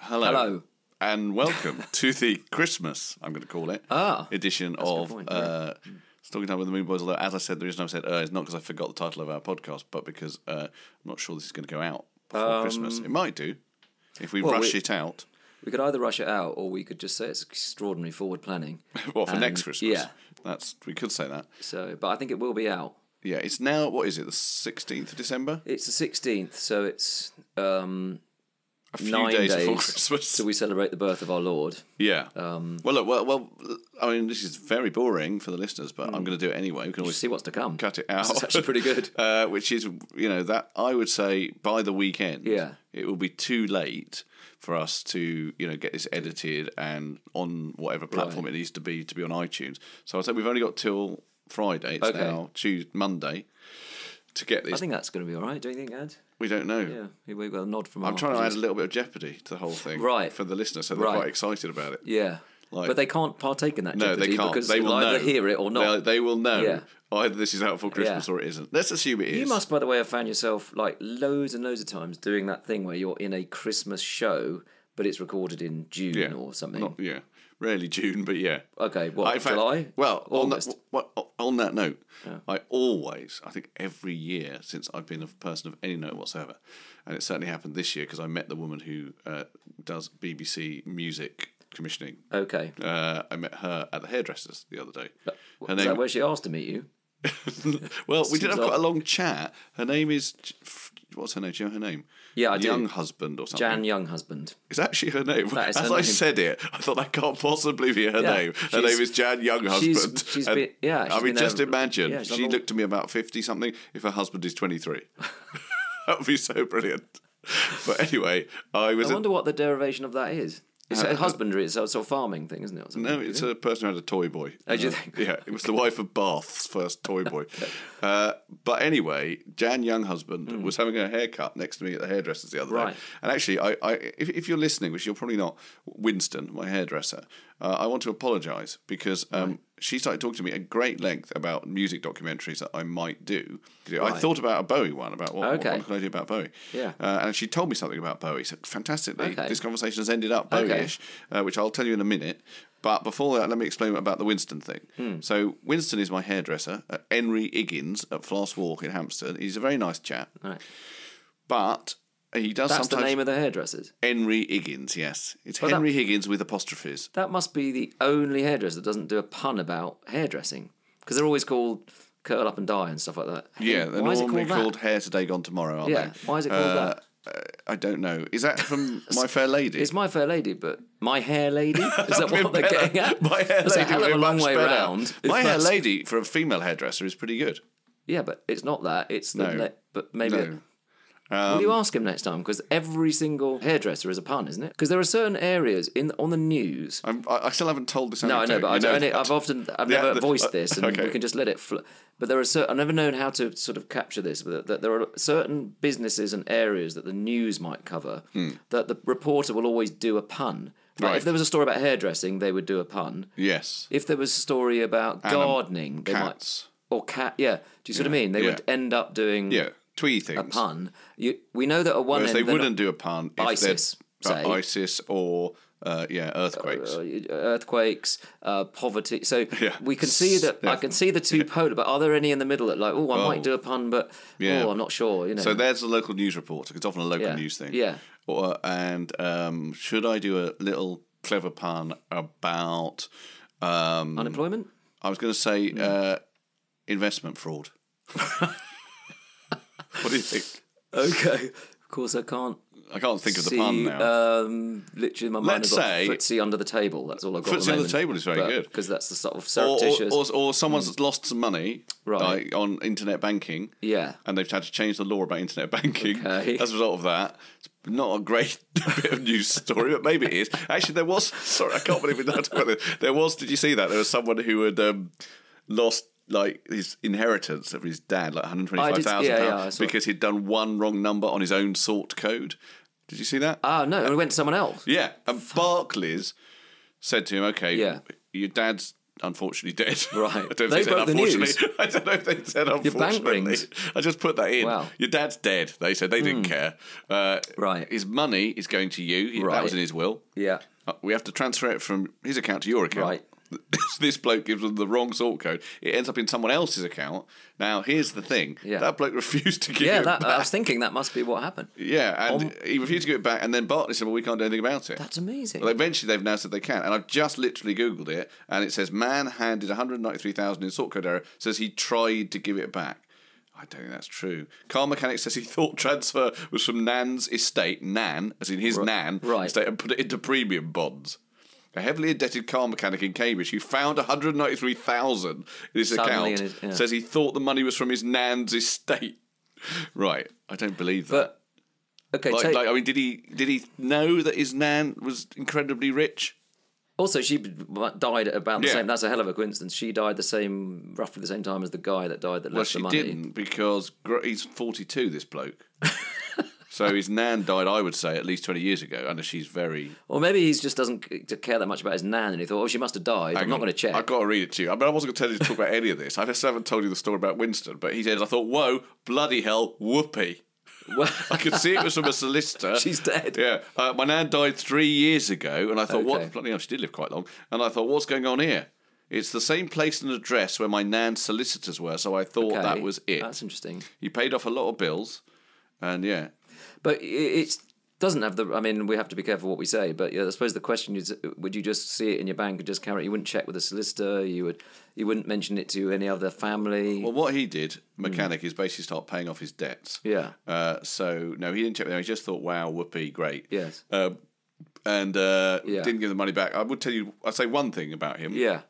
Hello. Hello. And welcome to the Christmas, I'm going to call it, Ah, edition a good of point, uh, Talking Time with the Moon Boys. Although, as I said, the reason I've said uh, is not because I forgot the title of our podcast, but because uh, I'm not sure this is going to go out before Christmas. It might do if we Um, well, rush we- it out. We could either rush it out or we could just say it's extraordinary forward planning. Well, for And, next Christmas. Yeah. That's, we could say that. So, but I think it will be out. Yeah, it's now, what is it, the 16th of December? It's the sixteenth, so it's um, A few nine days, before Christmas. So we celebrate the birth of our Lord. yeah. Um, well, look, well, well, I mean, this is very boring for the listeners, but hmm. I'm going to do it anyway. We can We'll always see what's to come. cut it out. This is actually pretty good. uh, which is, you know, that I would say by the weekend, Yeah. it will be too late for us to, you know, get this edited and on whatever platform it needs to be to be on iTunes. So I say we've only got till Friday. It's Okay. now Tuesday, Monday to get I this. think that's going to be all right. Don't you think, Ed? we don't know. Yeah, we- we've got a nod from. I'm our trying to add a producers. little bit of jeopardy to the whole thing, Right. for the listener, so they're Right. quite excited about it. Yeah, like- but they can't partake in that. No, Jeopardy they can't. Because they you'll will either know. hear it or not. They, they will know Yeah. either this is out for Christmas Yeah. or it isn't. Let's assume it is. You must, by the way, have found yourself like loads and loads of times doing that thing where you're in a Christmas show, but it's recorded in June Yeah. or something. Not- yeah, rarely June, but yeah. Okay, Uh, what, in fact- July? Well, on that, August? what, on that note, I always, I think every year since I've been a person of any note whatsoever, and it certainly happened this year because I met the woman who uh, does BBC music commissioning. Okay. Uh, I met her at the hairdressers the other day. Her Is that where she asked to meet you? well, we did Seems have quite odd. a long chat. Her name is what's her name? Do you know her name? Yeah, I do. Young husband or something. Jan Young husband. It's actually her name. That As is her I name. said it, I thought that can't possibly be her Yeah, name. Her she's- name is Jan Young she's- husband. she's And- been- yeah, I she's mean, been, just um, imagine. yeah, she's she on- looked to me about fifty something. If her husband is twenty three, that would be so brilliant. But anyway, I was. I at- wonder what the derivation of that is. It's a husbandry, it's a sort of farming thing, isn't it? or something? Uh, no, it's a person who had a toy boy. Oh, do you Uh, think? Yeah, it was the wife of Bath's first toy boy. uh, but anyway, Jan Young husband was having her haircut next to me at the hairdresser's the other Mm. Right. day. And actually, I, I if, if you're listening, which you're probably not, Winston, my hairdresser, uh, I want to apologise because um, she started talking to me at great length about music documentaries that I might do. I thought about a Bowie one, about what, what- Okay. what can I do about Bowie. Yeah. Uh, and she told me something about Bowie. So fantastically, Okay. this conversation has ended up Bowie ish, uh, which I'll tell you in a minute. But before that, let me explain about the Winston thing. Hmm. So, Winston is my hairdresser at Henry Iggins at Floss Walk in Hampstead. He's a very nice chap, Right. but he does That's sometimes. the name of the hairdressers. Henry Higgins, yes. It's that- Henry Higgins with apostrophes. That must be the only hairdresser that doesn't do a pun about hairdressing. Because they're always called curl up and die and stuff like that. Yeah, they're Why is it normally called that? called Hair Today Gone Tomorrow, aren't Yeah, they? why is it called Uh, that? uh, I don't know. Is that from My Fair Lady? It's My Fair Lady, but My Hair Lady? Is that what they're Better. getting at? My hair That's lady a hell of went a long much way better. round. My if hair that's- lady for a female hairdresser is pretty good. Yeah, but it's not that. It's the No. ne- but maybe. No. Um, Will you ask him next time? Because every single hairdresser is a pun, isn't it? Because there are certain areas in on the news. I'm, I, I still haven't told this. No, I anecdote, know, but I you don't. only- that. I've often, I've Yeah, never the- voiced this, and okay. we can just let it. Fl- but there are certain. I've never known how to sort of capture this, but that there are certain businesses and areas that the news might cover that the reporter will always do a pun. Like Hmm. Right. If there was a story about hairdressing, they would do a pun. Yes, If there was a story about gardening, they cats. might or cat. Yeah, do you see what I mean? They yeah. would end up doing Yeah, twee a things. pun. You, we know that at one Whereas end they they're wouldn't not- do a pun. If ISIS, they're- uh, say. ISIS or uh, yeah, earthquakes. uh, earthquakes, uh, poverty. So Yeah. we can see that. Yeah. I can see the two polar, but are there any in the middle that like, oh, I Oh. might do a pun, but Yeah. oh, I'm not sure. You know. So there's the local news reporter. It's often a local Yeah. news thing. Yeah. Or, and um, should I do a little clever pun about? Um, unemployment. I was going to say Hmm. uh, investment fraud. what do you think? Okay. Of course, I can't I can't think of the see. pun now. Um, literally, my mind Let's has got say- footsie under the table. That's all I've got. Footsie under the table is very good. because that's the sort of or, or, surreptitious. or, or someone's lost some money Mm. Right. like, on internet banking yeah. and they've had to change the law about internet banking Okay. as a result of that not a great bit of news story, but maybe it is. Actually, there was. Sorry, I can't believe we're not talking about this. There was. Did you see that? There was someone who had um, lost like his inheritance of his dad, like one hundred twenty-five thousand yeah, yeah, I pounds, saw it. because he'd done one wrong number on his own sort code. Did you see that? Ah, no, it went to someone else. Yeah, and Barclays said to him, "Okay, Yeah. your dad's unfortunately dead." Right. I don't know if They said broke the unfortunately. news. I don't know if they said bank unfortunately. rings. I just put that in. Wow. Hmm. Your dad's dead. They said they didn't care. Uh, Right. His money is going to you. He- That Right. was in his will. Yeah. Uh, we have to transfer it from his account to your account. Right. this bloke gives them the wrong sort code. It ends up in someone else's account. Now, here's the thing. Yeah. That bloke refused to give Yeah, it that, uh, I back. was thinking that must be what happened. Yeah, and he refused to give it back. And then Bartley said, "Well, we can't do anything about it." That's amazing. Well, eventually they've now said they can, and I've just literally googled it, and it says man handed 193,000 in sort code error. Says he tried to give it back. I don't think that's true. Car mechanic says he thought transfer was from Nan's estate, Nan, as in his Nan right. estate, and put it into premium bonds. A heavily indebted car mechanic in Cambridge who found 193,000 in his Suddenly account in his- yeah. says he thought the money was from his Nan's estate. Right, I don't believe that. but okay, Like, take, like, I mean, did he did he know that his nan was incredibly rich? also she b- b- died at about the Yeah. same. That's a hell of a coincidence. She died the same, roughly the same time as the guy that died that Well, left she the money. didn't because gr- he's forty two. This bloke. so his nan died, I would say, at least twenty years ago, unless she's very. Or maybe he just doesn't c- to care that much about his nan, and he thought, oh, she must have died. I'm Hang not on, going to check. I've got to read it to you. I mean, I wasn't going to tell you to talk about any of this. I just haven't told you the story about Winston, but he says, "I thought, whoa, bloody hell, whoopee." I could see it was from a solicitor. She's dead. Yeah, uh, my nan died three years ago, and I thought, Okay. what? Bloody hell, she did live quite long. And I thought, what's going on here? It's the same place and address where my nan's solicitors were, so I thought Okay, that was it. That's interesting. He paid off a lot of bills, and yeah, But it doesn't have the. I mean, we have to be careful what we say. But yeah, I suppose the question is: uh, Would you just see it in your bank and just carry it? You wouldn't check with a solicitor. You would. You wouldn't mention it to any other family. Well, what he did, mechanic, is basically start paying off his debts. Hmm. Yeah. Uh, so no, he didn't check with them. He just thought, "Wow, whoopee, great." Yes. Um, and uh, Yeah. didn't give the money back. I would tell you, I'd say one thing about him. yeah.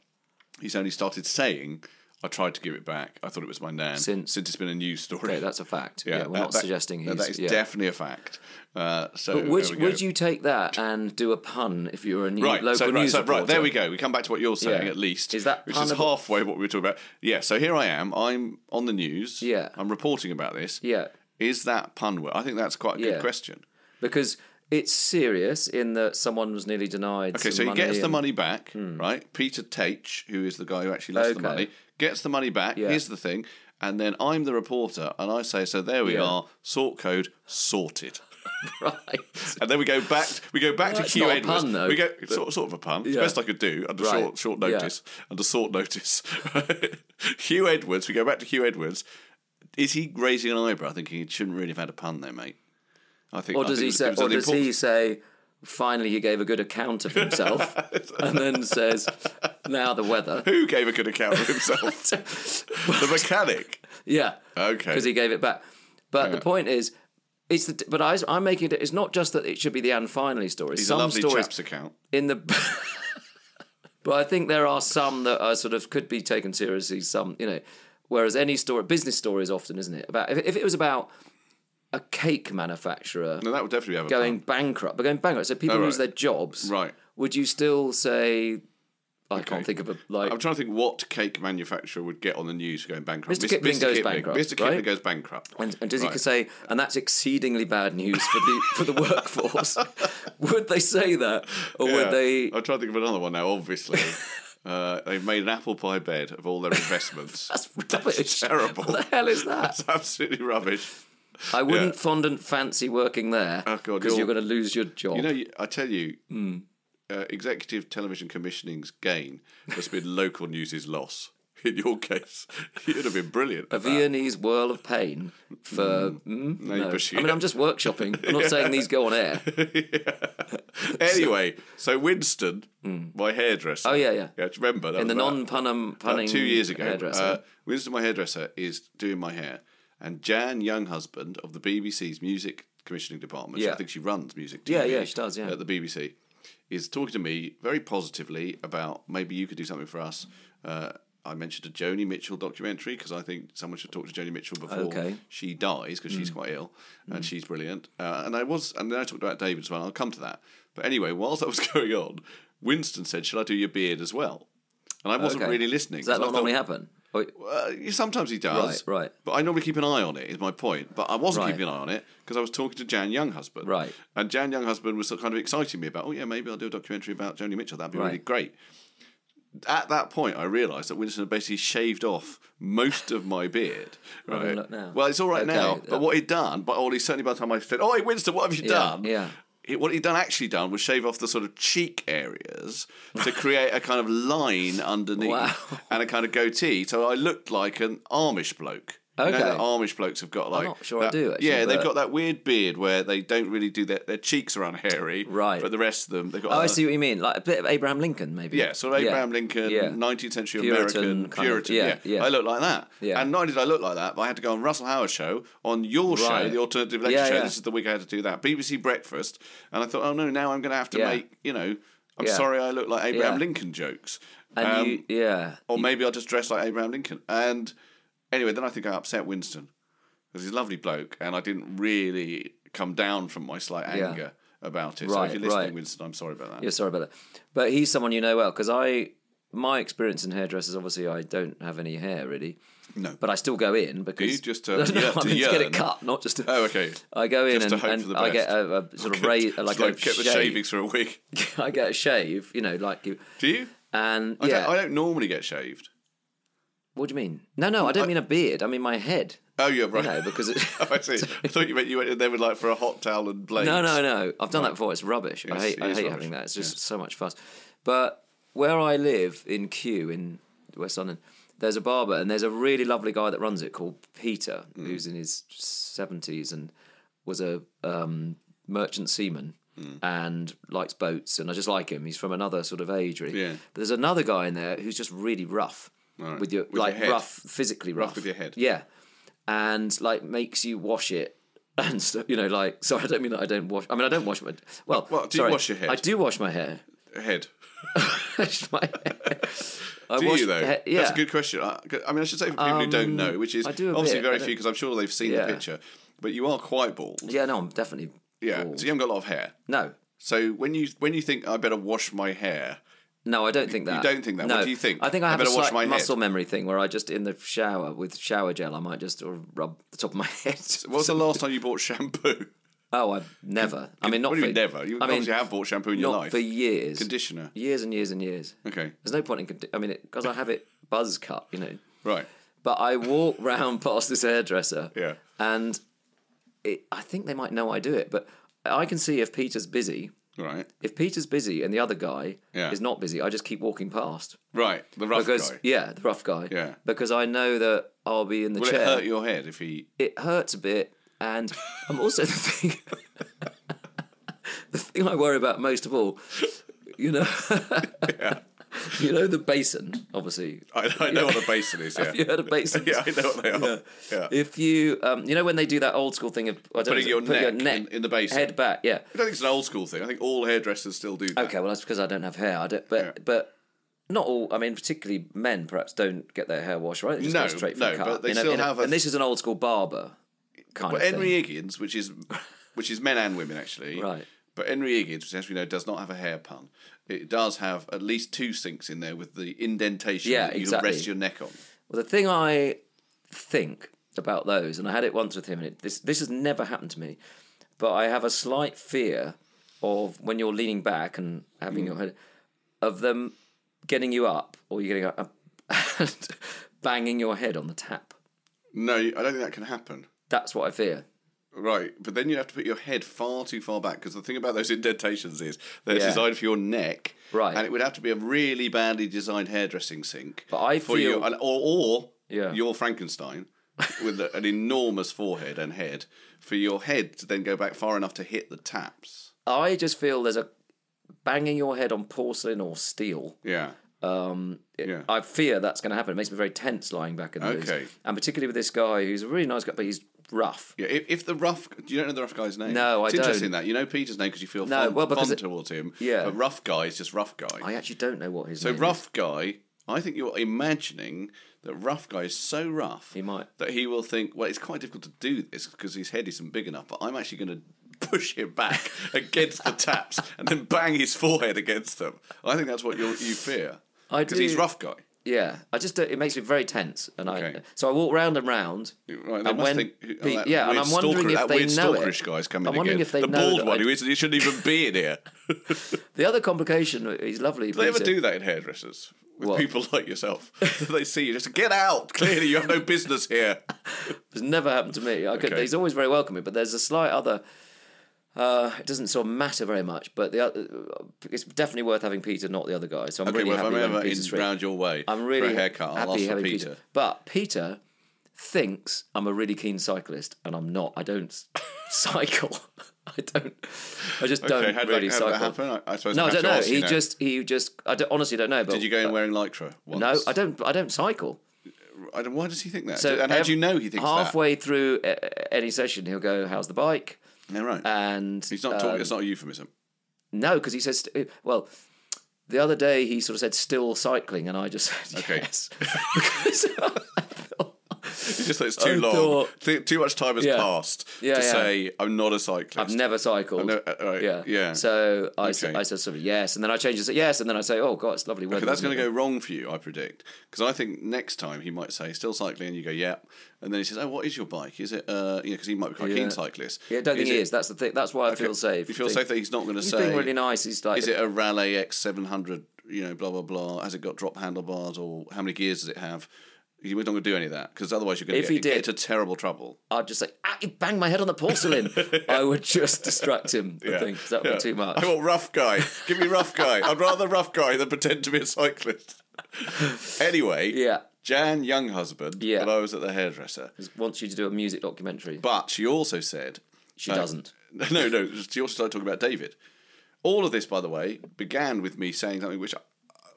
He's only started saying, "I tried to give it back. I thought it was my nan." Since- it's been a news story. Okay, that's a fact. Yeah, we're that- not that- suggesting no, he's. that is yeah. definitely a fact. Uh, so But would there we go. would you take that and do a pun if you were a new Right, local so, right, news so, right, there we reporter? go. We come back to what you're saying Yeah. at least. Is that which is punable? halfway what we were talking about? Yeah. So here I am. I'm on the news. Yeah. I'm reporting about this. Yeah. Is that pun work? I think that's quite a Yeah. good question. Because it's serious in that someone was nearly denied. Okay, some so he money gets the and- money back, right? Peter Taich, who is the guy who actually lost the Okay. money, gets the money back. Yeah. Here's the thing. And then I'm the reporter, and I say, so there we Yeah. are, sort code sorted. Right. And then we go back. We go back to Well, it's Q not a Edwards. pun, though. We go sort, sort of a pun. It's Yeah. best I could do under Right. short short Yeah. notice. Under short notice. Hugh Edwards. We go back to Hugh Edwards. Is he raising an eyebrow, thinking it shouldn't really have had a pun there, mate? I think. Or I does think it he was- say? it was Or an does he important- say? Finally, he gave a good account of himself, and then says, "Now the weather." Who gave a good account of himself? the mechanic. Yeah. Okay. Because he gave it back. But the point is, it's the. But I, I'm making it. It's not just that it should be the and finally story. He's some a lovely stories chap's account. in the. but I think there are some that are sort of could be taken seriously. Some, you know, whereas any story, business stories, often isn't it about if, if it was about a cake manufacturer No, that would definitely have a going pun. bankrupt, but going bankrupt, so people Oh, lose right. their jobs. Right. Would you still say? I can't think of a like. I'm trying to think what cake manufacturer would get on the news for going bankrupt. Mr. Kipling goes bankrupt, Mr. right? Kipling goes bankrupt. And, and does he Right. say, and that's exceedingly bad news for the for the workforce? would they say that, or Yeah. would they? I'm trying to think of another one now. Obviously, uh, they've made an apple pie bed of all their investments. That's rubbish. terrible. What the hell is that? That's absolutely rubbish. I wouldn't fondant fancy working there Oh, God, because you're you're- going to lose your job. You know, you- I tell you, Hmm. uh, executive television commissioning's gain has been local news's loss. In your case, you'd have been brilliant. a at that. Viennese whirl of pain for. mm, No, no. but you- I mean, I'm just workshopping. I'm not saying these go on air. Anyway, so Winston, my hairdresser. Oh, yeah, yeah. do you remember that? In the was non about- punum about punning two years ago, hairdresser. uh, Winston, my hairdresser, is doing my hair, and Jan Younghusband of the BBC's music commissioning department. Yeah. I think she runs music. Yeah, TV yeah, she does, yeah. at the BBC, is talking to me very positively about maybe you could do something for us. Uh, I mentioned a Joni Mitchell documentary because I think someone should talk to Joni Mitchell before Okay. Mm. she dies because she's quite ill and she's brilliant. Uh, and I was, and then I talked about David as well. I'll come to that. But anyway, whilst that was going on, Winston said, "Shall I do your beard as well?" And I wasn't Okay. really listening. Does that so I thought, not normally happen? Oh, uh, yeah, sometimes he does. Right, right. But I normally keep an eye on it, is my point. But I wasn't Right. keeping an eye on it because I was talking to Jan Younghusband. Right. And Jan Younghusband was sort of kind of exciting me about, oh, yeah, maybe I'll do a documentary about Joni Mitchell. That'd be really Right. great. At that point, I realised that Winston had basically shaved off most of my beard. Have a Right. look now. Well, it's all right Okay, now. yeah. But what he'd done, but only certainly by the time I said, oh, hey, Winston, what have you Yeah, done? yeah. It, what he'd done actually done was shave off the sort of cheek areas to create a kind of line underneath Wow. and a kind of goatee. So I looked like an Amish bloke. You know Okay. that Amish blokes have got like. not sure I that- do, actually, yeah, they've but- got that weird beard where they don't really do their their cheeks are unhairy. Right. Oh, But the rest of them, they've got. I a- see what you mean. Like a bit of Abraham Lincoln, maybe. uh, Yeah, so Abraham Lincoln, Yeah. 19th century Puritan American kind of- Puritan. yeah, yeah, yeah. I look like that. Yeah. And not only did I look like that, but I had to go on Russell Howard's show, on your show, Right. the alternative lecture Yeah, show. yeah. This is the week I had to do that. BBC Breakfast. And I thought, oh no, now I'm going to have to Yeah. make, you know, I'm Yeah. sorry I look like Abraham Yeah. Lincoln jokes. And Um, you, yeah. or maybe I'll just dress like Abraham Lincoln. And anyway, then I think I upset Winston because he's a lovely bloke, and I didn't really come down from my slight Yeah. anger about it. so Right, if you're listening, right. Winston, I'm sorry about that. Yeah, sorry about that. But he's someone you know well because I, my experience in hairdressers, obviously, I don't have any hair really. No. But I still go in because you just, uh, no, yearn- no, I to mean, just get yearn? it cut, not just. To, Oh, okay. I go in Just to and, hope and for the I get best. a, a sort of raise, like Just like a get the shave. shavings for a week. I get a shave, you know, like you. Do you? And I, yeah, don't, I don't normally get shaved. what do you mean? No, no, I don't mean a beard. I mean my head. Oh, yeah, right. No, because it, Oh, I see. I thought you meant you went in there with like for a hot towel and blades. No, no, no. I've done that before. It's rubbish. I It's- hate, I it is hate rubbish. having that. It's just so much fuss. But where I live in Kew in West London, there's a barber and there's a really lovely guy that runs it called Peter, Mm. who's in his seventies and was a um, merchant seaman. Mm. And likes boats, and I just like him. He's from another sort of age, really. Yeah. But there's another guy in there who's just really rough Alright. with your With your like head. rough, physically rough, with your head. Yeah, and like makes you wash it and stuff. You know, like sorry, I don't mean that I don't wash. I mean I don't wash my. Well, Well, do you sorry, wash your hair? I do wash my hair. Head. Wash my hair. I Do wash you though? he- yeah, Um, That's a good question. I, I mean, I should say for people who don't know, which is I do a obviously bit. very I few because I'm sure they've seen Yeah. the picture. But you are quite bald. yeah. No, I'm definitely. Yeah. bald. So you haven't got a lot of hair. No, So when you when you think I better wash my hair, no, I don't think that. don't think that. No. What do you think? I think I I have a better wash slight my head. muscle memory thing where I just in the shower with shower gel, I might just sort of rub the top of my head. what's the last time you bought shampoo? Oh, I never. I mean, not what do you for mean never. You I mean, obviously have bought shampoo in your not life. for years. Conditioner. Years and years and years. Okay, There's no point in. Condi- I mean, because I have it buzz cut, you know. right. But I walk round past this hairdresser. Yeah. And it, I think they might know I do it, but I can see if Peter's busy. Right, If Peter's busy and the other guy Yeah. is not busy, I just keep walking past right. The rough because guy. yeah, the rough guy. Yeah. Because I know that I'll be in the Will chair. it hurt your head if he? It hurts a bit, and I'm also the thing. the thing I worry about most of all, you know. You know the basin, obviously. I, I know what a basin is. Yeah, Have you heard of basins? yeah, I know what they are. yeah. If you, um, you know, when they do that old school thing of I don't Putting know, your put your neck neck in- in the basin. head back, I yeah. don't think it's an old school thing. I think all hairdressers still do that. Okay, well that's because I don't have hair. I don't, but Yeah. but not all. I mean, particularly men perhaps don't get their hair washed, right? They just No, go straight for no, a cut. but they you know, still in have a- and this is an old school barber kind But of thing. Henry Higgins, which is which is men and women actually. Right. But Henry Higgins, which as we know, does not have a hair pun. It does have at least two sinks in there with the indentation Yeah, that you exactly. rest your neck on. Well, the thing I think about those, and I had it once with him, and it, this this has never happened to me, but I have a slight fear of when you're leaning back and having Mm. your head of them getting you up or you getting up and banging your head on the tap. No, I don't think that can happen. That's what I fear. Right, but then you have to put your head far too far back because the thing about those indentations is they're Yeah. designed for your neck, Right. And it would have to be a really badly designed hairdressing sink. But I for feel- you, and- or, or Yeah. your Frankenstein with a- an enormous forehead and head for your head to then go back far enough to hit the taps. I just feel there's a banging your head on porcelain or steel. Yeah, Um, it- Yeah. I fear that's going to happen. It makes me very tense lying back in those. Okay. And particularly with this guy who's a really nice guy, but he's rough. yeah. If, if the rough, do you don't know the rough guy's name? No, I it's don't. Interesting that you know Peter's name because you feel No, fond, well, because fond it- towards him. Yeah. but rough guy is just rough guy. I actually don't know what his So name is. rough guy, I think you're imagining that rough guy is so rough He might. that he will think, well, it's quite difficult to do this because his head isn't big enough. But I'm actually going to push him back against the taps and then bang his forehead against them. I think that's what you you fear I because he's do- rough guy. Yeah, I just don't- it makes me very tense, and I Okay. so I walk round and round. Right, they must think, who- oh, pe- that yeah, and weird I'm wondering stalker- if that they weird know stalkerish it. guy's coming I'm wondering again. if they the know bald that one I- who isn't, he shouldn't even be in here. The other complication is lovely. Do they ever Peter. do that in hairdressers with What? people like yourself? Do they see you just get out? Clearly, you have no business here. It's never happened to me. I could, Okay. He's always very welcoming, but there's a slight other. Uh, it doesn't sort of matter very much, but the other, it's definitely worth having Peter, not the other guy. So I'm Okay, really well, if happy I'm having ever in Peter's free. round your way, I'm really for a haircut, I'll happy ask for having Peter. Peter. But Peter thinks I'm a really keen cyclist, and I'm not. I don't s- cycle. I don't. I just don't okay, how did really that, how cycle. did that happen? I, I suppose. No, I I have don't to know. ask you he now. just he just I don't, honestly don't know. But Did you go in wearing lycra? Once? No, I don't. I don't cycle. I don't. Why does he think that? So and how ev- do you know he thinks halfway through uh, any session he'll go, "How's the that? bike?" Yeah, right. And uh, He's not talking. um, it's not a euphemism. no, because he says, st- "Well." The other day he sort of said, "Still cycling," and I just said, Okay. "Yes." Because- It's just that it's too I long. thought- Th- too much time has Yeah. passed Yeah, to yeah. say I'm not a cyclist. I've never cycled. I've never- uh, right, yeah, yeah. So I, s- Okay. I said sort of yes, and then I changed it to yes, and then I say, "Oh God, it's lovely weather." Okay, that's isn't going to go it?" wrong for you, I predict. Because I think next time he might say, still cycling, and you go, yep. And then he says, oh, what is your bike? Is it, uh, you know, because he might be quite a Yeah. keen cyclist. Yeah, I don't think he is. That's the thing. That's why I feel safe. You feel Think- safe that he's not going to He's say, being really nice. He's like, is it a Raleigh X700, you know, blah, blah, blah? Has it got drop handlebars or how many gears does it have? He's not going to do any of that because otherwise you're going If to he get, get did- into terrible trouble. I'd just say, ah, you banged my head on the porcelain. I would just distract him. I think 'cause that would Yeah. be too much. I want Oh, rough guy. Give me rough guy. I'd rather rough guy than pretend to be a cyclist. anyway, Yeah. Jan Young husband. Yeah. When I was at the hairdresser, Wants you to do a music documentary. but she also said she doesn't. No, no. She also started talking about David. All of this, by the way, began with me saying something which uh,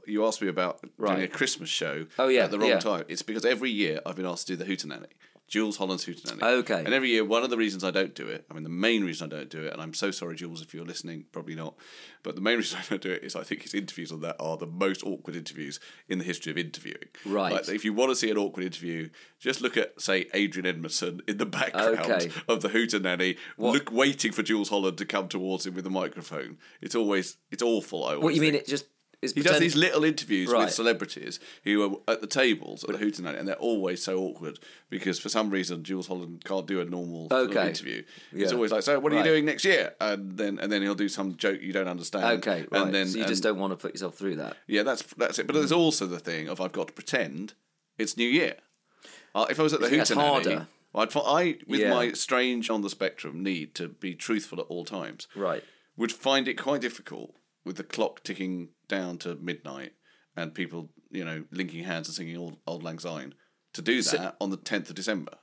you asked me about doing Right. a Christmas show. Oh, yeah, at the wrong yeah. time. It's because every year I've been asked to do the Hootenanny, Jules Holland's Hootenanny. Okay. And every year, one of the reasons I don't do it, I mean, the main reason I don't do it, and I'm so sorry, Jules, if you're listening, probably not, but the main reason I don't do it is I think his interviews on that are the most awkward interviews in the history of interviewing. Right. Like, if you want to see an awkward interview, just look at, say, Adrian Edmondson in the background Okay. of the Hootenanny, look waiting for Jules Holland to come towards him with a microphone. It's always it's awful. I always What you mean? think. It just is. He does these little interviews Right. with celebrities who are at the tables at the Hootenanny, and they're always so awkward because for some reason Jules Holland can't do a normal sort of Okay. interview. It's Yeah. always like, "So, what are Right. you doing next year?" And then and then he'll do some joke you don't understand. Okay, right. And then so you and- just don't want to put yourself through that. yeah, that's that's it. But there's also the thing of I've got to pretend it's New Year. Uh, if I was at the Isn't that Hootenanny, harder? I'd, fi- I with Yeah. my strange on the spectrum need to be truthful at all times, Right. would find it quite difficult with the clock ticking down to midnight and people, you know, linking hands and singing old, old Lang Syne to do that on the 10th of December.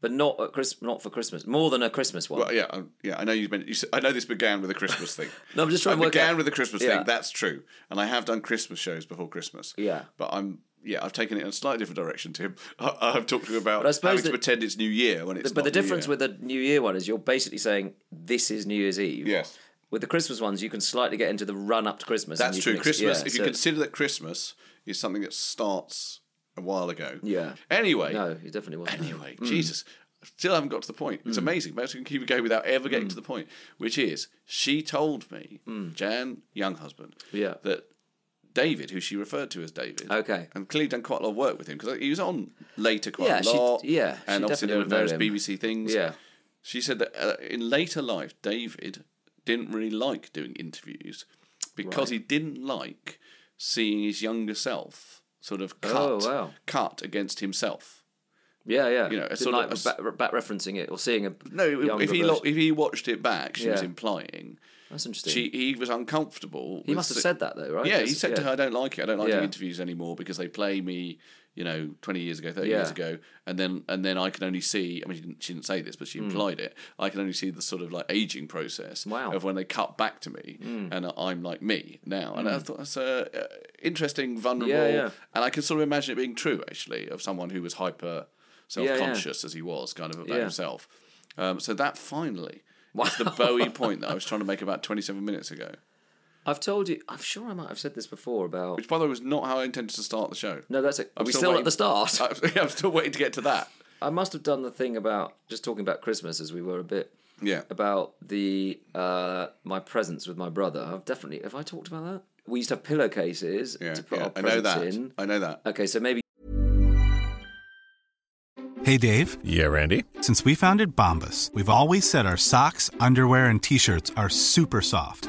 But not at Chris, not for Christmas. More than a Christmas one. Well, yeah, I, yeah. I know you meant. You, s- I know this began with a Christmas thing. No, I'm just trying I to work began out- with a Christmas Yeah. thing. That's true, and I have done Christmas shows before Christmas. Yeah. but I'm. Yeah, I've taken it in a slightly different direction, Tim. I, I've talked to you about But I suppose having to that- pretend it's New Year when it's. but the not New difference Year. with the New Year one is you're basically saying this is New Year's Eve. Yes. With the Christmas ones, you can slightly get into the run up to Christmas. and That's you true. can ex- Christmas, yeah, if you so- consider that Christmas is something that starts a while ago. Yeah. Anyway, No, he definitely wasn't. Anyway, Jesus. Still haven't got to the point. Hmm. It's amazing. Perhaps we can keep it going without ever getting to the point, which is she told me, Jan, young husband, Hmm. Yeah. that David, who she referred to as David, Okay. and clearly done quite a lot of work with him because he was on later quite Yeah, a she- lot. yeah, she and obviously definitely there were would know various him. BBC things. Yeah. She said that uh, in later life, David didn't really like doing interviews because he didn't like seeing his younger self sort of cut, Oh, wow. cut against himself. Yeah, yeah. You know, a Didn't sort of like a s- back, back referencing it or seeing a No, younger if he version. lo- if he watched it back, she was Yeah. implying That's interesting. she he was uncomfortable. he with must have the- said that though, right? Yeah, he That's- said to yeah. her, "I don't like it. I don't like doing Yeah. interviews anymore because they play me, you know, twenty years ago, thirty years Yeah. ago, and then and then I can only see. I mean, she didn't, she didn't say this, but Hmm. she implied it. I can only see the sort of like aging process Wow. Hmm. of when they cut back to me, and I'm like me now. And I thought that's a uh, interesting, vulnerable, Yeah, yeah. and I can sort of imagine it being true actually of someone who was hyper self conscious as he was, kind of about Yeah. himself. Um, so that finally. was the Bowie point that I was trying to make about 27 minutes ago. I've told you. I'm sure I might have said this before about. Which, by the way, was not how I intended to start the show. No, that's it. Are I'm we still still waiting- at the start? I'm, I'm still waiting to get to that. I must have done the thing about just talking about Christmas as we were a bit Yeah. about the uh, my presents with my brother. I've definitely have I talked about that? We used to have pillowcases Yeah, to put yeah, our I know presents that. in. I know that. Okay, so maybe Hey, Dave. Yeah, Randy. Since we founded Bombus, we've always said our socks, underwear, and t shirts are super soft.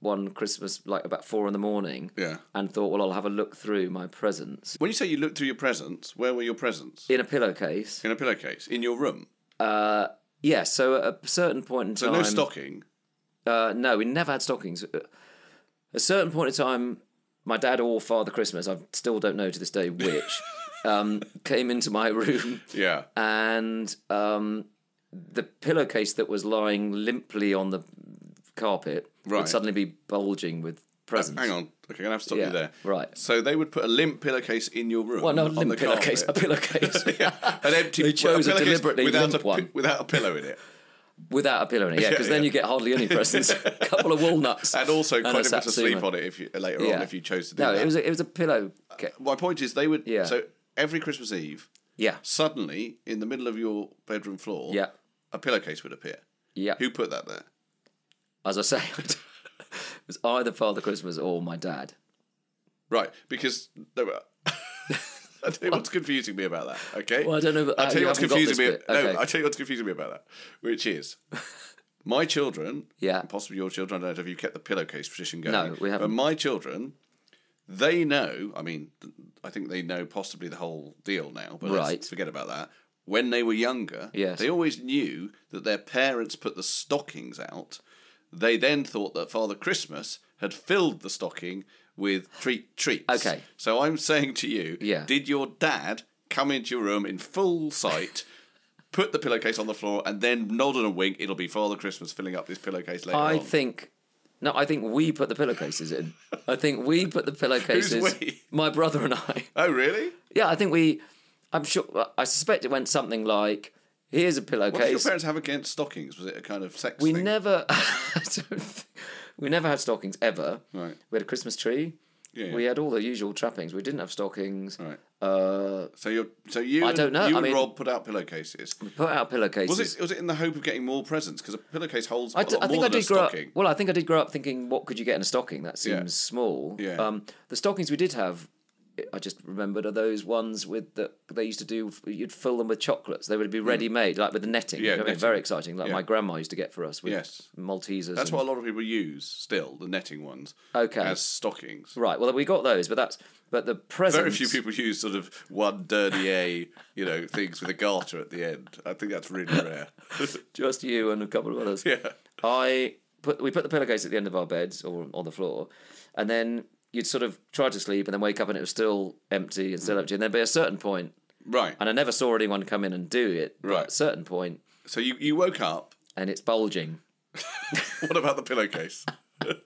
one Christmas like about four in the morning Yeah. and thought, well, I'll have a look through my presents When you say you looked through your presents, where were your presents? in a pillowcase. In a pillowcase, in your room. Uh, yeah, so at a certain point in So time, no stocking. Uh, no, we never had stockings. At a certain point in time, my dad or Father Christmas, I still don't know to this day which, um, came into my room Yeah. and um, the pillowcase that was lying limply on the carpet Right. Uh, would suddenly be bulging with presents. Hang on. Okay, I'm gonna have to stop Yeah, you there. right. So they would put a limp pillowcase in your room. Well, no, on limp the pillowcase, a carpet. pillowcase. An empty They chose a pillowcase deliberately without limp a, one. without a pillow in it, Without a pillow in it, yeah, because then you get hardly any presents. a couple of walnuts. and also quite a bit to sleep satsuma. on it if you, later on if you chose to do no, that. it was a, it was a pillow. ca- My point is they would. Yeah. So every Christmas Eve, Yeah, suddenly in the middle of your bedroom floor, Yeah. a pillowcase would appear. yeah. Who put that there? As I say, it was either Father Christmas or my dad. Right, because there were. I tell you what's confusing me about that. Okay. Well, I don't know, but, I'll uh, tell you, you what's haven't got confusing me. this bit. Okay. No, I'll tell you what's confusing me about that, which is my children, Yeah. and possibly your children. I don't know if you kept the pillowcase tradition going. No, we haven't. But my children, they know. I mean, th- I think they know possibly the whole deal now. But Right. let's forget about that. When they were younger, Yes. they always knew that their parents put the stockings out. They then thought that Father Christmas had filled the stocking with treat treats. Okay. So I'm saying to you, Yeah. did your dad come into your room in full sight, put the pillowcase on the floor, and then nod and a wink, it'll be Father Christmas filling up this pillowcase later I on? think. No, I think we put the pillowcases in. I think we put the pillowcases. we? My brother and I. Oh, really? Yeah, I think we. I'm sure. I suspect it went something like, "Here's a What did your pillowcase." parents have against stockings? Was it a kind of sex We thing? never. I don't think- we never had stockings ever. Right. We had a Christmas tree. Yeah, yeah. We had all the usual trappings. We didn't have stockings. Right. Uh, So you, so you, I and- don't know. You I and mean- Rob put out pillowcases. put out pillowcases. Was it was it in the hope of getting more presents? Because a pillowcase holds a I, d- lot I think more I than a did grow up. stocking. Well, I think I did grow up thinking, what could you get in a stocking? That seems Yeah. small. Yeah. Um, the stockings we did have, I just remembered, are those ones with that they used to do. You'd fill them with chocolates. They would be ready made, like with the netting. Hmm. Yeah, you know what I mean? netting. very exciting. Like Yeah. my grandma used to get for us with Yes. Maltesers. That's and- what a lot of people use still, the netting ones, Okay. as stockings. Right. Well, we got those, but that's but the presents. Very few people use sort of one dernier, you know, things with a garter at the end. I think that's really rare. just you and a couple of others. Yeah. I put we put the pillowcase at the end of our beds or on the floor, and then you'd sort of try to sleep and then wake up and it was still empty and Hmm. still empty, and then by a certain point, Right. and I never saw anyone come in and do it. But Right. at a certain point, So you, you woke up. and it's bulging. What about the pillowcase?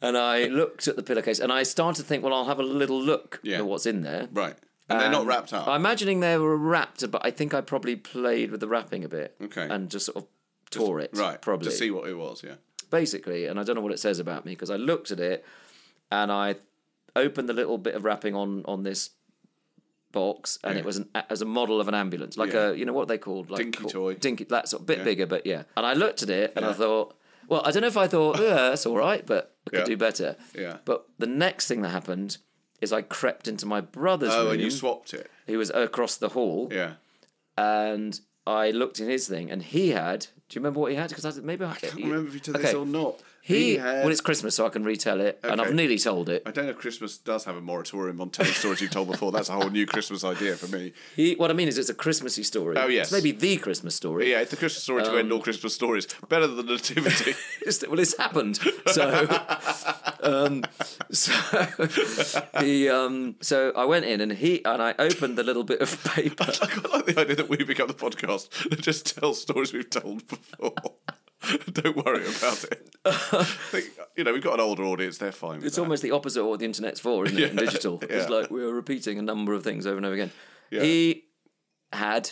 And I looked at the pillowcase and I started to think, well, I'll have a little look Yeah. at what's in there. Right. And they're not wrapped up. Um, I'm imagining they were wrapped, but I think I probably played with the wrapping a bit. Okay. And just sort of tore it. right. To Probably. see what it was, yeah. basically, and I don't know what it says about me because I looked at it and I opened the little bit of wrapping on on this box, and it was an as a model of an ambulance, like Yeah. a you know what they called like Dinky toy. dinky that sort of bit bigger, but yeah. And I looked at it and I thought, well, I don't know if I thought yeah, that's all right, but I could Yeah. do better. Yeah. But the next thing that happened is I crept into my brother's Oh, room, and you swapped it. who was across the hall, Yeah. and. I looked in his thing, and he had. Do you remember what he had? Because I maybe I I can't remember if you did this or not. he, had- well, it's Christmas, so I can retell it, and I've Okay. nearly told it. I don't know if Christmas does have a moratorium on telling stories you've told before. That's a whole new Christmas idea for me. He, what I mean is, it's a Christmassy story. Oh, yes. it's maybe the Christmas story. Yeah, it's the Christmas story to Um, end all Christmas stories. Better than the Nativity. It's- well, it's happened. So, um, So he, um, so I went in and he and I opened the little bit of paper. I quite like the idea that we become the podcast that just tells stories we've told before. Don't worry about it. I think, you know, we've got an older audience; they're fine. With It's that. almost the opposite of what the internet's for, isn't it? in digital, it's yeah. like we're repeating a number of things over and over again. He had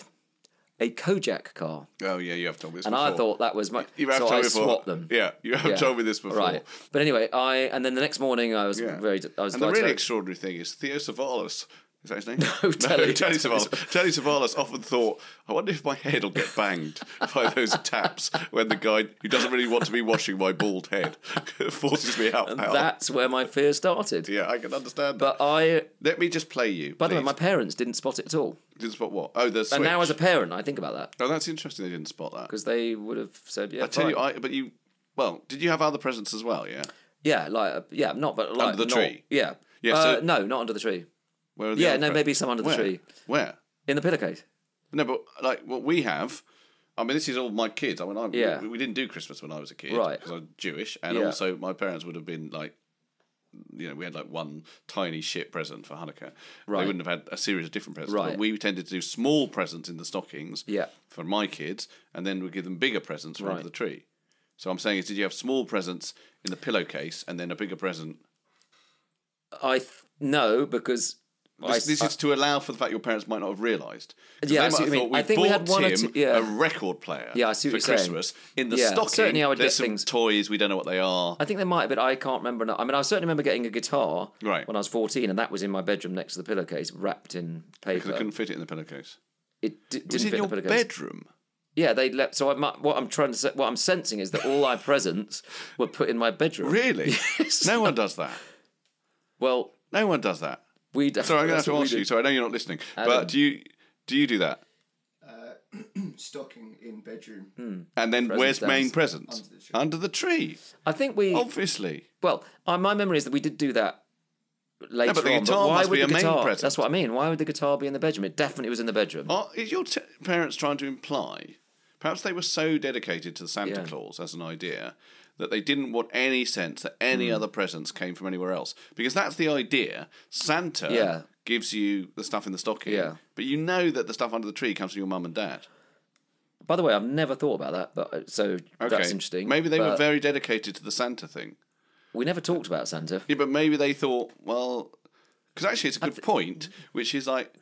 a Kojak car, Oh yeah, you have told me this. and before. I thought that was my. you have so told I me before. swapped them. Yeah, you have Yeah. told me this before. Right, but anyway, I and then the next morning I was Yeah. very. I was and the like, really so- extraordinary thing is Theo Savalas. Is that his name? No, Telly- Telly Savalas. Telly Savalas often thought, I wonder if my head will get banged by those taps when the guy who doesn't really want to be washing my bald head forces me out. and out. that's where my fear started. yeah, I can understand that. But I, Let me just play you. by the way, please. my parents didn't spot it at all. Didn't spot what? Oh, the switch. And now, as a parent, I think about that oh, that's interesting. They didn't spot that. because they would have said, "Yeah, I tell you, fine. I but you. Well, did you have other presents as well? Yeah. yeah, like, uh, yeah, not, but like, Under the not- tree? yeah, Yeah, Uh, so- no, not under the tree, Where are the Yeah, other no, pre- maybe some under the Where? tree. Where? in the pillowcase. No, but like what we have. I mean, this is all my kids. I mean, I, Yeah. we, we didn't do Christmas when I was a kid, Right. Because I'm Jewish, and Yeah. also my parents would have been like, you know, we had like one tiny shit present for Hanukkah. Right. They wouldn't have had a series of different presents. Right. But we tended to do small presents in the stockings. Yeah. For my kids, and then we would give them bigger presents from Right. under the tree. So I'm saying is, did you have small presents in the pillowcase and then a bigger present? I th- no, because I, This, this is to allow for the fact your parents might not have realised. 'Cause Yeah, they I might see have what you thought mean. we I think bought we had one or him two- yeah. a record player. Yeah, I see what for you're saying. Christmas in the Yeah, stocking. certainly I would there's get some things- toys we don't know what they are. I think there might have been. I can't remember. now. I mean, I certainly remember getting a guitar Right. when I was fourteen, and that was in my bedroom next to the pillowcase, wrapped in Because I paper. couldn't fit it in the pillowcase. It d- It was didn't in fit your the pillowcase. bedroom. Yeah, they left. So I, mu- what I'm trying to say, what I'm sensing is that all our presents were put in my bedroom. Really? Yes. No one does that. Well, No one does that. we. Sorry, I'm going to have that's to what we ask you. did. Sorry, I know you're not listening, Adam. but do you do you do that? stocking in bedroom Hmm. And then where's down main is presents? Under the tree, I think we. Oh. obviously. Well, uh, my memory is that we did do that later but the on. guitar but why must would be the a main guitar? present. That's what I mean. Why would the guitar be in the bedroom? It definitely was in the bedroom. Are, is your t- parents trying to imply? Perhaps they were so dedicated to Santa Yeah. Claus as an idea that they didn't want any sense that any Hmm. other presents came from anywhere else. Because that's the idea. Santa Yeah. gives you the stuff in the stocking, Yeah. but you know that the stuff under the tree comes from your mum and dad. By the way, I've never thought about that, but uh, so that's interesting. Maybe they were But very dedicated to the Santa thing. We never talked about Santa. Yeah, but maybe they thought, well, because actually it's a good point, which is like,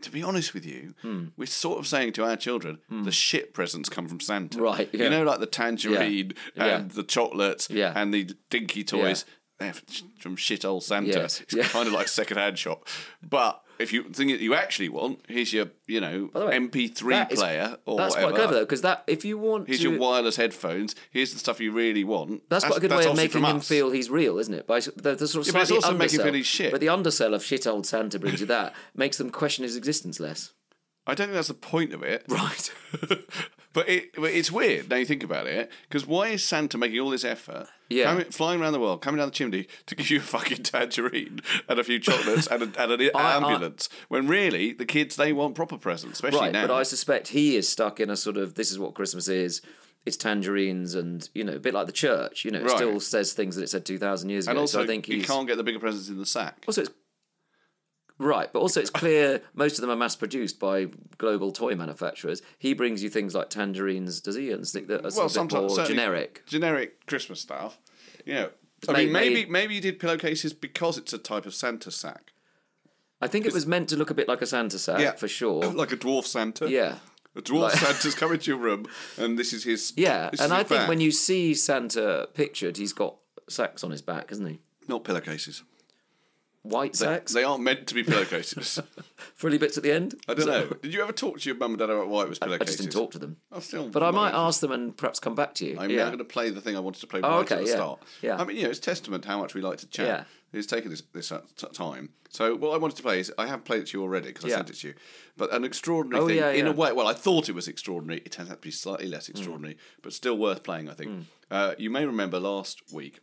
to be honest with you, Hmm. we're sort of saying to our children, the shit presents come from Santa. Right, yeah. You know, like the tangerine Yeah. and the chocolates Yeah. and the dinky toys. They're f- from shit old Santa. Yes, It's yeah. kind of like second hand shop. But if you think that you actually want, here's your, you know, By the way, MP3 that is- player or That's whatever. quite clever though, because that if you want Here's to, your wireless headphones. Here's the stuff you really want. that's, quite a good way of obviously making from him us. feel he's real, isn't it? By s- the, the sort of Yeah, but it's slightly also making him undersell. feel he's shit. But the undersell of shit old Santa brings you that makes them question his existence less. I don't think that's the point of it. Right. but it, but it's weird now you think about it because why is Santa making all this effort? Yeah. coming- flying around the world, coming down the chimney to give you a fucking tangerine and a few chocolates and, a, and an I- ambulance. when really, the kids they want proper presents, especially right, now. but I suspect he is stuck in a sort of this is what Christmas is. It's tangerines and you know a bit like the church. You know, it Right. still says things that it said two thousand years and ago. also, so I think you he's can't get the bigger presents in the sack. also it's right, but also it's clear most of them are mass produced by global toy manufacturers. He brings you things like tangerines, does he? And stick that are well, a bit sometimes more certainly generic. generic Christmas stuff. Yeah, I May- mean, may- maybe maybe you did pillowcases because it's a type of Santa sack. I think it was meant to look a bit like a Santa sack for sure. like a dwarf Santa. yeah. A dwarf Santa's come into your room, and this is his. Yeah, this is and I his think bag. when you see Santa pictured, he's got sacks on his back, isn't he? not pillowcases, White They- sacks, They, aren't meant to be pillowcases. frilly bits at the end. I don't know. Did you ever talk to your mum and dad about why it was I pillowcases? just didn't talk to them. I'm still But I might annoyed. ask them and perhaps come back to you. I'm now yeah. going to play the thing I wanted to play right Oh, at okay, the yeah, start. yeah. I mean, you know, it's testament how much we like to chat. Yeah. It's taken this this uh, t- time. So what I wanted to play is I have played it to you already because Yeah. I sent it to you. But an extraordinary Oh, thing yeah, in a yeah. Mm. way. Well, I thought it was extraordinary. It turns out to be slightly less extraordinary, but still worth playing. I think. Uh, you may remember last week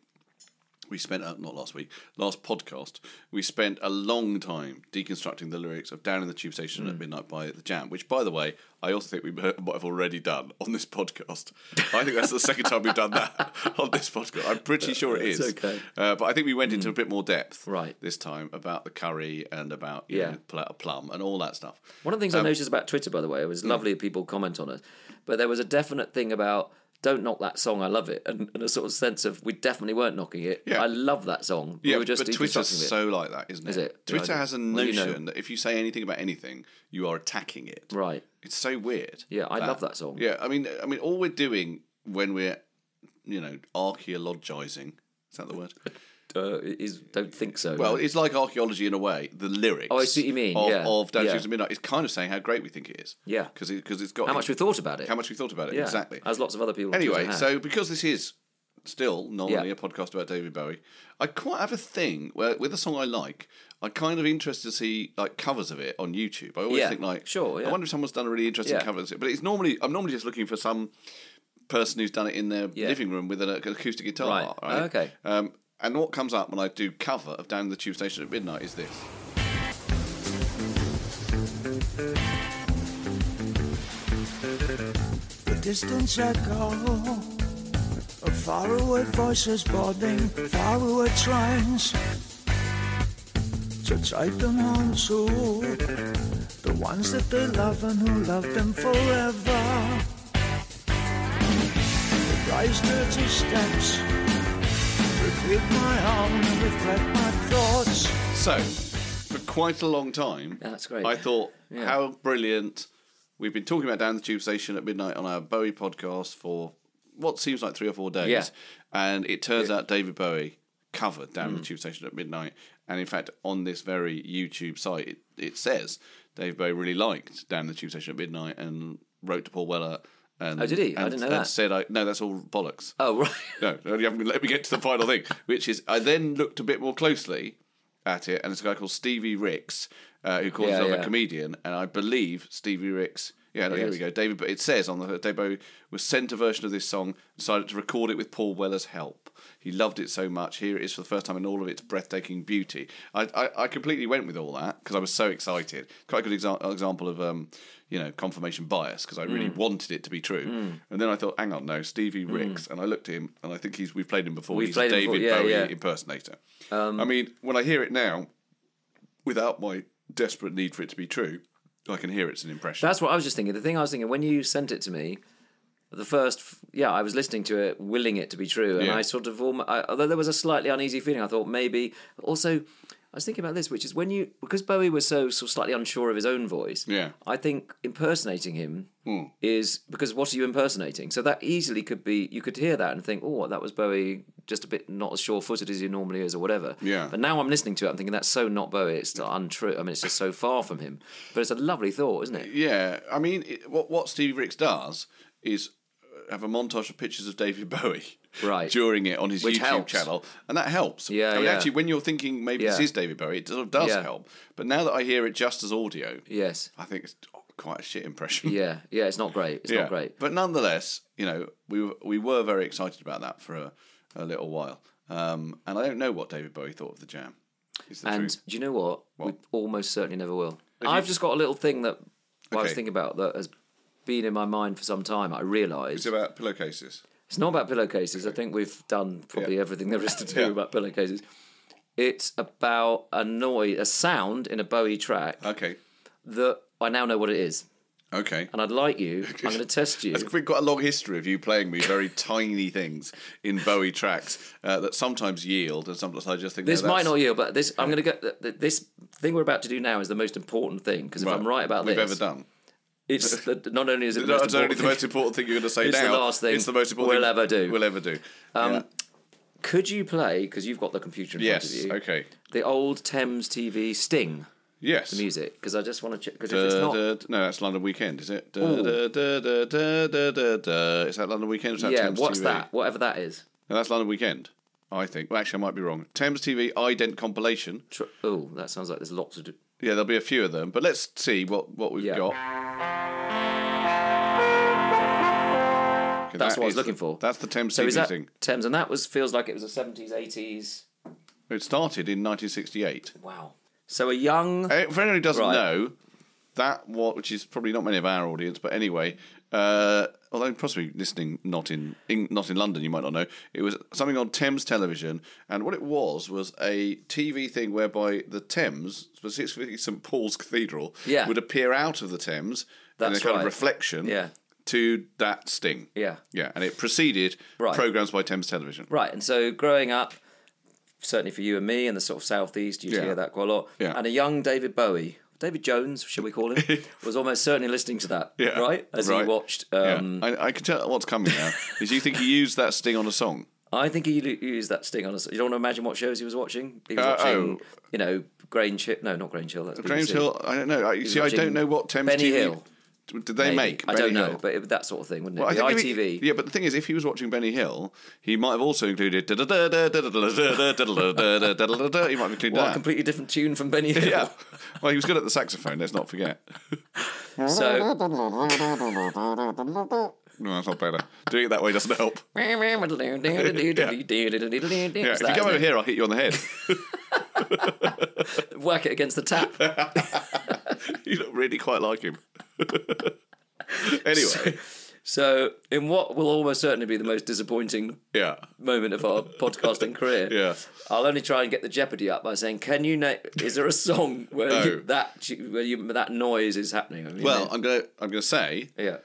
we spent uh, not last week, last podcast, we spent a long time deconstructing the lyrics of "Down in the Tube Station Hmm. at Midnight" by the Jam, which, by the way, I also think we might have already done on this podcast. I think that's the second time we've done that on this podcast. I'm pretty sure it is. okay. Hmm. Uh, but I think we went into a bit more depth Right. this time about the curry and about you Yeah. know, pl- plum and all that stuff. One of the things Um, I noticed about Twitter, by the way, it hmm. was lovely people comment on it, but there was a definite thing about don't knock that song, I love it, and, and a sort of sense of we definitely weren't knocking it. Yeah. I love that song. Yeah, we were just but Twitter's deconstructing it. so like that, isn't it? Is it? Yeah, I Twitter do. has a Well, you notion know. that if you say anything about anything, you are attacking it. right. It's so weird. Yeah, I love that song. Yeah, I mean, I mean, all we're doing when we're, you know, archaeologizing. Is that the word? Uh, it is, don't think so. Well, it's like archaeology in a way. The lyrics. Oh, I see what you mean, Of, yeah, of Down yeah. to Midnight. It's kind of saying how great we think it is. Yeah. Because it, cause it's got how much we thought about it. How much we thought about it. Yeah, Exactly. As lots of other people. on Twitter Anyway, had. so because this is still normally Yeah. a podcast about David Bowie, I quite have a thing where with a song I like, I'm kind of interested to see like covers of it on YouTube. I always Yeah, think like, sure, yeah. I wonder if someone's done a really interesting Yeah. cover of it. But it's normally I'm normally just looking for some person who's done it in their Yeah. living room with an ac- acoustic guitar. Right. Oh, okay. Um, and what comes up when I do cover of Down the Tube Station at Midnight is this. The distance echo of faraway voices boarding faraway trains to take them home to the ones that they love and who love them forever. The guy's dirty steps repeat my own and reflect my thoughts. So, for quite a long time, That's great. I thought, Yeah. how brilliant. We've been talking about Down the Tube Station at midnight on our Bowie podcast for what seems like three or four days. Yeah. And it turns out David Bowie covered Down Hmm. the Tube Station at midnight. And in fact, on this very YouTube site, it, it says David Bowie really liked Down the Tube Station at midnight and wrote to Paul Weller. And, Oh, did he? I and- didn't know and that. Said, I, "No, that's all bollocks." Oh, right. No, no, you haven't let me get to the final thing, which is I then looked a bit more closely at it, and it's a guy called Stevie Ricks uh, who calls Yeah, himself a yeah. comedian, and I believe Stevie Ricks. Yeah, no, here we go. David, but it says on the David Bowie was sent a version of this song, decided to record it with Paul Weller's help. He loved it so much. Here it is for the first time in all of its breathtaking beauty. I, I, I completely went with all that because I was so excited. Quite a good exa- example of um, you know confirmation bias because I really Mm. wanted it to be true. And then I thought, hang on, no, Stevie Ricks. And I looked at him, and I think he's we've played him before. We've he's played him David before, yeah, Bowie yeah. Um, impersonator. I mean, when I hear it now, without my desperate need for it to be true, I can hear it's an impression. That's what I was just thinking. The thing I was thinking when you sent it to me, the first, f- yeah, I was listening to it, willing it to be true, and Yeah. I sort of, almost, I, although there was a slightly uneasy feeling, I thought maybe. Also, I was thinking about this, which is when you because Bowie was so sort of slightly unsure of his own voice. Yeah. Hmm. I think impersonating him is because what are you impersonating? So that easily could be you could hear that and think, oh, that was Bowie just a bit not as sure-footed as he normally is, or whatever. Yeah. But now I'm listening to it, I'm thinking that's so not Bowie. It's untrue. I mean, it's just so far from him. But it's a lovely thought, isn't it? yeah, I mean, it, what what Stevie Ricks does is uh, have a montage of pictures of David Bowie. Right. During it on his Which YouTube helps. channel. And that helps. Yeah, I mean, yeah. actually, when you're thinking maybe this Yeah. is David Bowie, it sort of does Yeah. help. But now that I hear it just as audio, Yes. I think it's quite a shit impression. Yeah, yeah, it's not great. It's not great. But nonetheless, you know, we were, we were very excited about that for a, a little while. Um, and I don't know what David Bowie thought of the jam. Is the And truth. do you know what? We almost certainly never will. I've just got a little thing that I was Okay. thinking about that has been in my mind for some time. I It's realised about pillowcases. it's not about pillowcases. I think we've done probably everything there is to do Yeah. about pillowcases. It's about a noise, a sound in a Bowie track Okay. that I now know what it is. Okay. And I'd like you, I'm going to test you. We've got a long history of you playing me very tiny things in Bowie tracks uh, that sometimes yield and sometimes I just think This no, might that's- not yield, but this I'm going to get th- th- this thing we're about to do now is the most important thing because if I'm right about we've this, ever done. it's the, not only is it the No, most it's only important the thing- most important thing you're going to say It's the now. last thing It's the most important we'll thing ever do. Um, We'll ever do. Yeah. Could you play, because you've got the computer in front Yes. of you, Okay. the old Thames TV Sting Yes. music? Because I just want to check, because if it's Da, not, da, da- no, that's London Weekend, is it? Da, da, da, da, da, da, da, da. Is that London Weekend? Or is that yeah, Thames what's TV? that? Whatever that is. No, that's London Weekend, I think. Well, actually, I might be wrong. Thames TV ident compilation. Tr- oh, that sounds like there's lots of... Do- Yeah, there'll be a few of them, but let's see what what we've Yeah. got. Okay, That's that what I is was looking the- for. That's the Thames so TV is that thing. Thames, and that was feels like it was the 70s, 80s It started in 1968. Wow. So a young. Uh, For anyone who doesn't Right. know, that what which is probably not many of our audience, but anyway, uh, although possibly listening not in, in not in London, you might not know. It was something on Thames Television, and what it was was a TV thing whereby the Thames, specifically St Paul's Cathedral, Yeah. would appear out of the Thames in a That's kind of right. reflection. Yeah. To that sting. Yeah. Yeah. And it preceded Right. programs by Thames Television. Right. And so growing up, certainly for you and me in the sort of southeast, you Yeah. hear that quite a lot. Yeah. And a young David Bowie, David Jones, should we call him, was almost certainly listening to that. Yeah. Right. As Right. he watched. Yeah. Um, I, I can tell what's coming now. is you think he used that sting on a song? I think he u- used that sting on us. You don't want to imagine what shows he was watching. He was Uh, watching, oh. you know, Grange Hill. No, not Grange Hill. That's James BBC. Hill, I don't know. I, see, I don't watching know what Thames Benny TV Hill, did they maybe. make. I Benny don't know, Hill? but it, that sort of thing, wouldn't it? Well, I the think if he- ITV. yeah, but the thing is, if he was watching Benny Hill, he might have also included. He might have included What, a that. completely different tune from Benny Hill. Yeah. Well, he was good at the saxophone. Let's not forget. So, No, that's not better. Doing it that way doesn't help. Yeah, yeah. if you come over here, I'll hit you on the head. whack it against the tap. you look really quite like him. anyway, So, in what will almost certainly be the most disappointing yeah, moment of our podcasting career, Yeah. I'll only try and get the Jeopardy up by saying, "Can you name? Is there a song where No. you, that you- where you, that noise is happening?" I mean, Well, I'm gonna I'm gonna say yeah.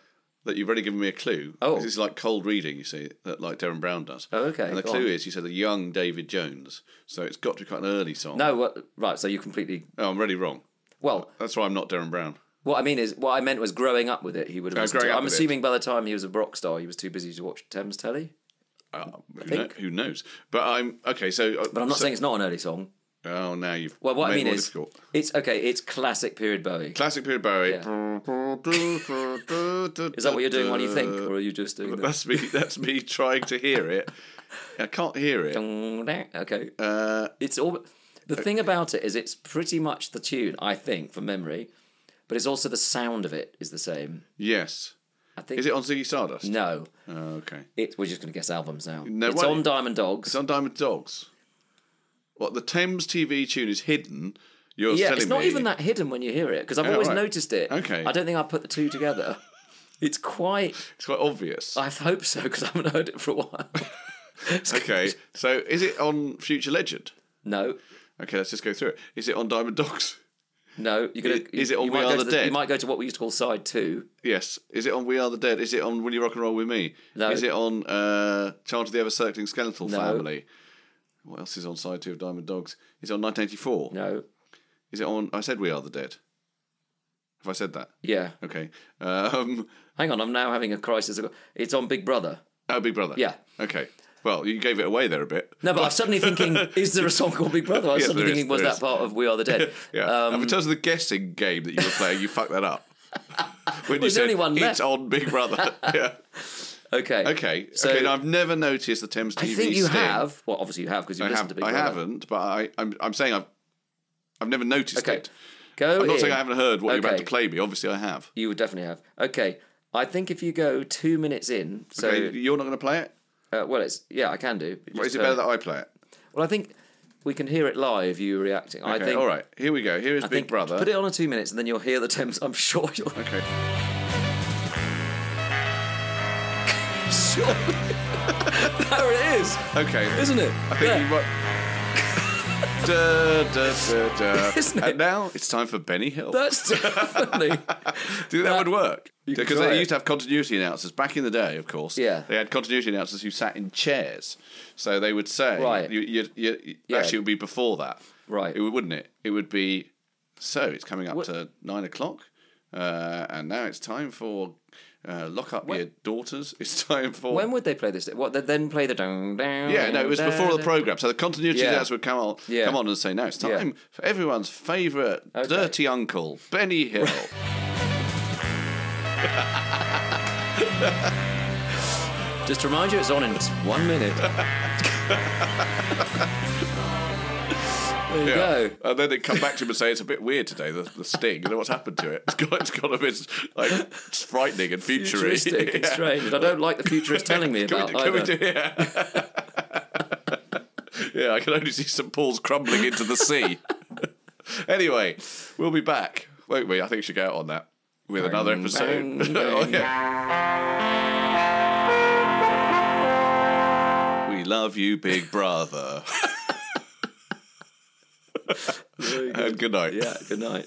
that you've already given me a clue. Oh. this is like cold reading, you see, that like Darren Brown does. Oh, okay, And the go clue on. is you said a young David Jones, so it's got to be quite an early song. No, what, right. So you completely. oh, I'm really wrong. Well, That's why I'm not Darren Brown. what I mean is, what I meant was growing up with it. He would have. Oh, listened to growing it. up I'm with it. assuming by the time he was a rock star, he was too busy to watch Thames Telly. Uh, who, think. kno- who knows? But I'm okay. So, But I'm not saying it's not an early song. Oh, now you've Well, what made I it mean more is, difficult. it's okay. It's classic period Bowie. classic period Bowie. Is that what you're doing? What do you think, uh, or are you just doing? The... That's me. That's me trying to hear it. I can't hear it. Okay. Uh, it's all. The thing about it is, it's pretty much the tune. I think from memory, but it's also the sound of it is the same. Yes. I think. Is it on Ziggy Stardust? No. Oh, okay. It, we're just going to guess albums now. No, it's why- on Diamond Dogs. It's on Diamond Dogs. What the Thames TV tune is hidden. You're yeah, telling it's not me- even that hidden when you hear it because I've Yeah, always right. noticed it. Okay. I don't think I put the two together. it's quite. It's quite obvious. I hope so because I haven't heard it for a while. Okay, so is it on Future Legend? no, Okay, let's just go through it. Is it on Diamond Dogs? no. You're gonna. Is- is it on you We might Are go the to Dead? You might go to what we used to call side two. Yes. Is it on We Are the Dead? Is it on Will You Rock and Roll with Me? No. Is it on uh, Charge of the Ever Circling Skeletal No. Family? What else is on side two of Diamond Dogs? Is it on 1984? No. Is it on? I said We Are the Dead. Have I said that? Yeah. Okay. Um, Hang on, I'm now having a crisis. It's on Big Brother. oh, Big Brother. Yeah. Okay. Well, you gave it away there a bit. No, but I'm suddenly thinking, is there a song called Big Brother? I was Yes, suddenly there is, thinking, was there that is. part of We Are the Dead? Um, Yeah. and in terms of the guessing game that you were playing, you fucked that up. When you there's said only one it's left." on Big Brother. yeah. Okay. Okay. So okay. now I've never noticed the Thames TV. I think you sting. have. Well, obviously you have because you I, listened have, to Big I Brother. haven't, but I, I'm, I'm saying I've, I've never noticed Okay. it. Go I'm not in. saying I haven't heard what you're about Okay. to play me. Obviously, I have. You would definitely have. Okay. I think if you go two minutes in, so okay, you're not going to play it. uh, well, it's yeah, I can do. Or Just is it turn better that I play it? Well, I think we can hear it live. You reacting? I Okay, think. all right. Here we go. Here is I Big think Brother. Put it on a two minutes, and then you'll hear the Thames. I'm sure you'll. Okay. Sure. there it is. Okay. Isn't it? I think Yeah. you might. da, da, da, da. Isn't And it? now it's time for Benny Hill. That's definitely. Do you think that would work? You could Because try they it. used to have continuity announcers back in the day, of course. Yeah. They had continuity announcers who sat in chairs. So they would say, Right. You, you, you, Yeah. Actually, it would be before that. Right. It would, wouldn't it? It would be, so it's coming up to nine o'clock. Uh, and now it's time for uh, lock up your daughters. It's time for. when would they play this? What they then play the dong dong? yeah, no, it was before the dong. program. So the continuity Yeah. announcers would come on, Yeah. come on and say, "Now it's Yeah. time for everyone's favourite Okay. dirty uncle, Benny Hill." Just to remind you, it's on in one minute. there you go. And then they come back to him and say, it's a bit weird today, the, the sting. You know what's happened to it? It's got, it's got a bit like, it's frightening and futuristic. Futuristic. It's Yeah. strange. I don't like the futurist telling me Can, about we, can we either. do yeah. Yeah, I can only see St Paul's crumbling into the sea. anyway, we'll be back, won't we? I think we should go out on that with another episode. bang, Oh, yeah. We love you, Big Brother. Very good. and good night. Yeah, good night.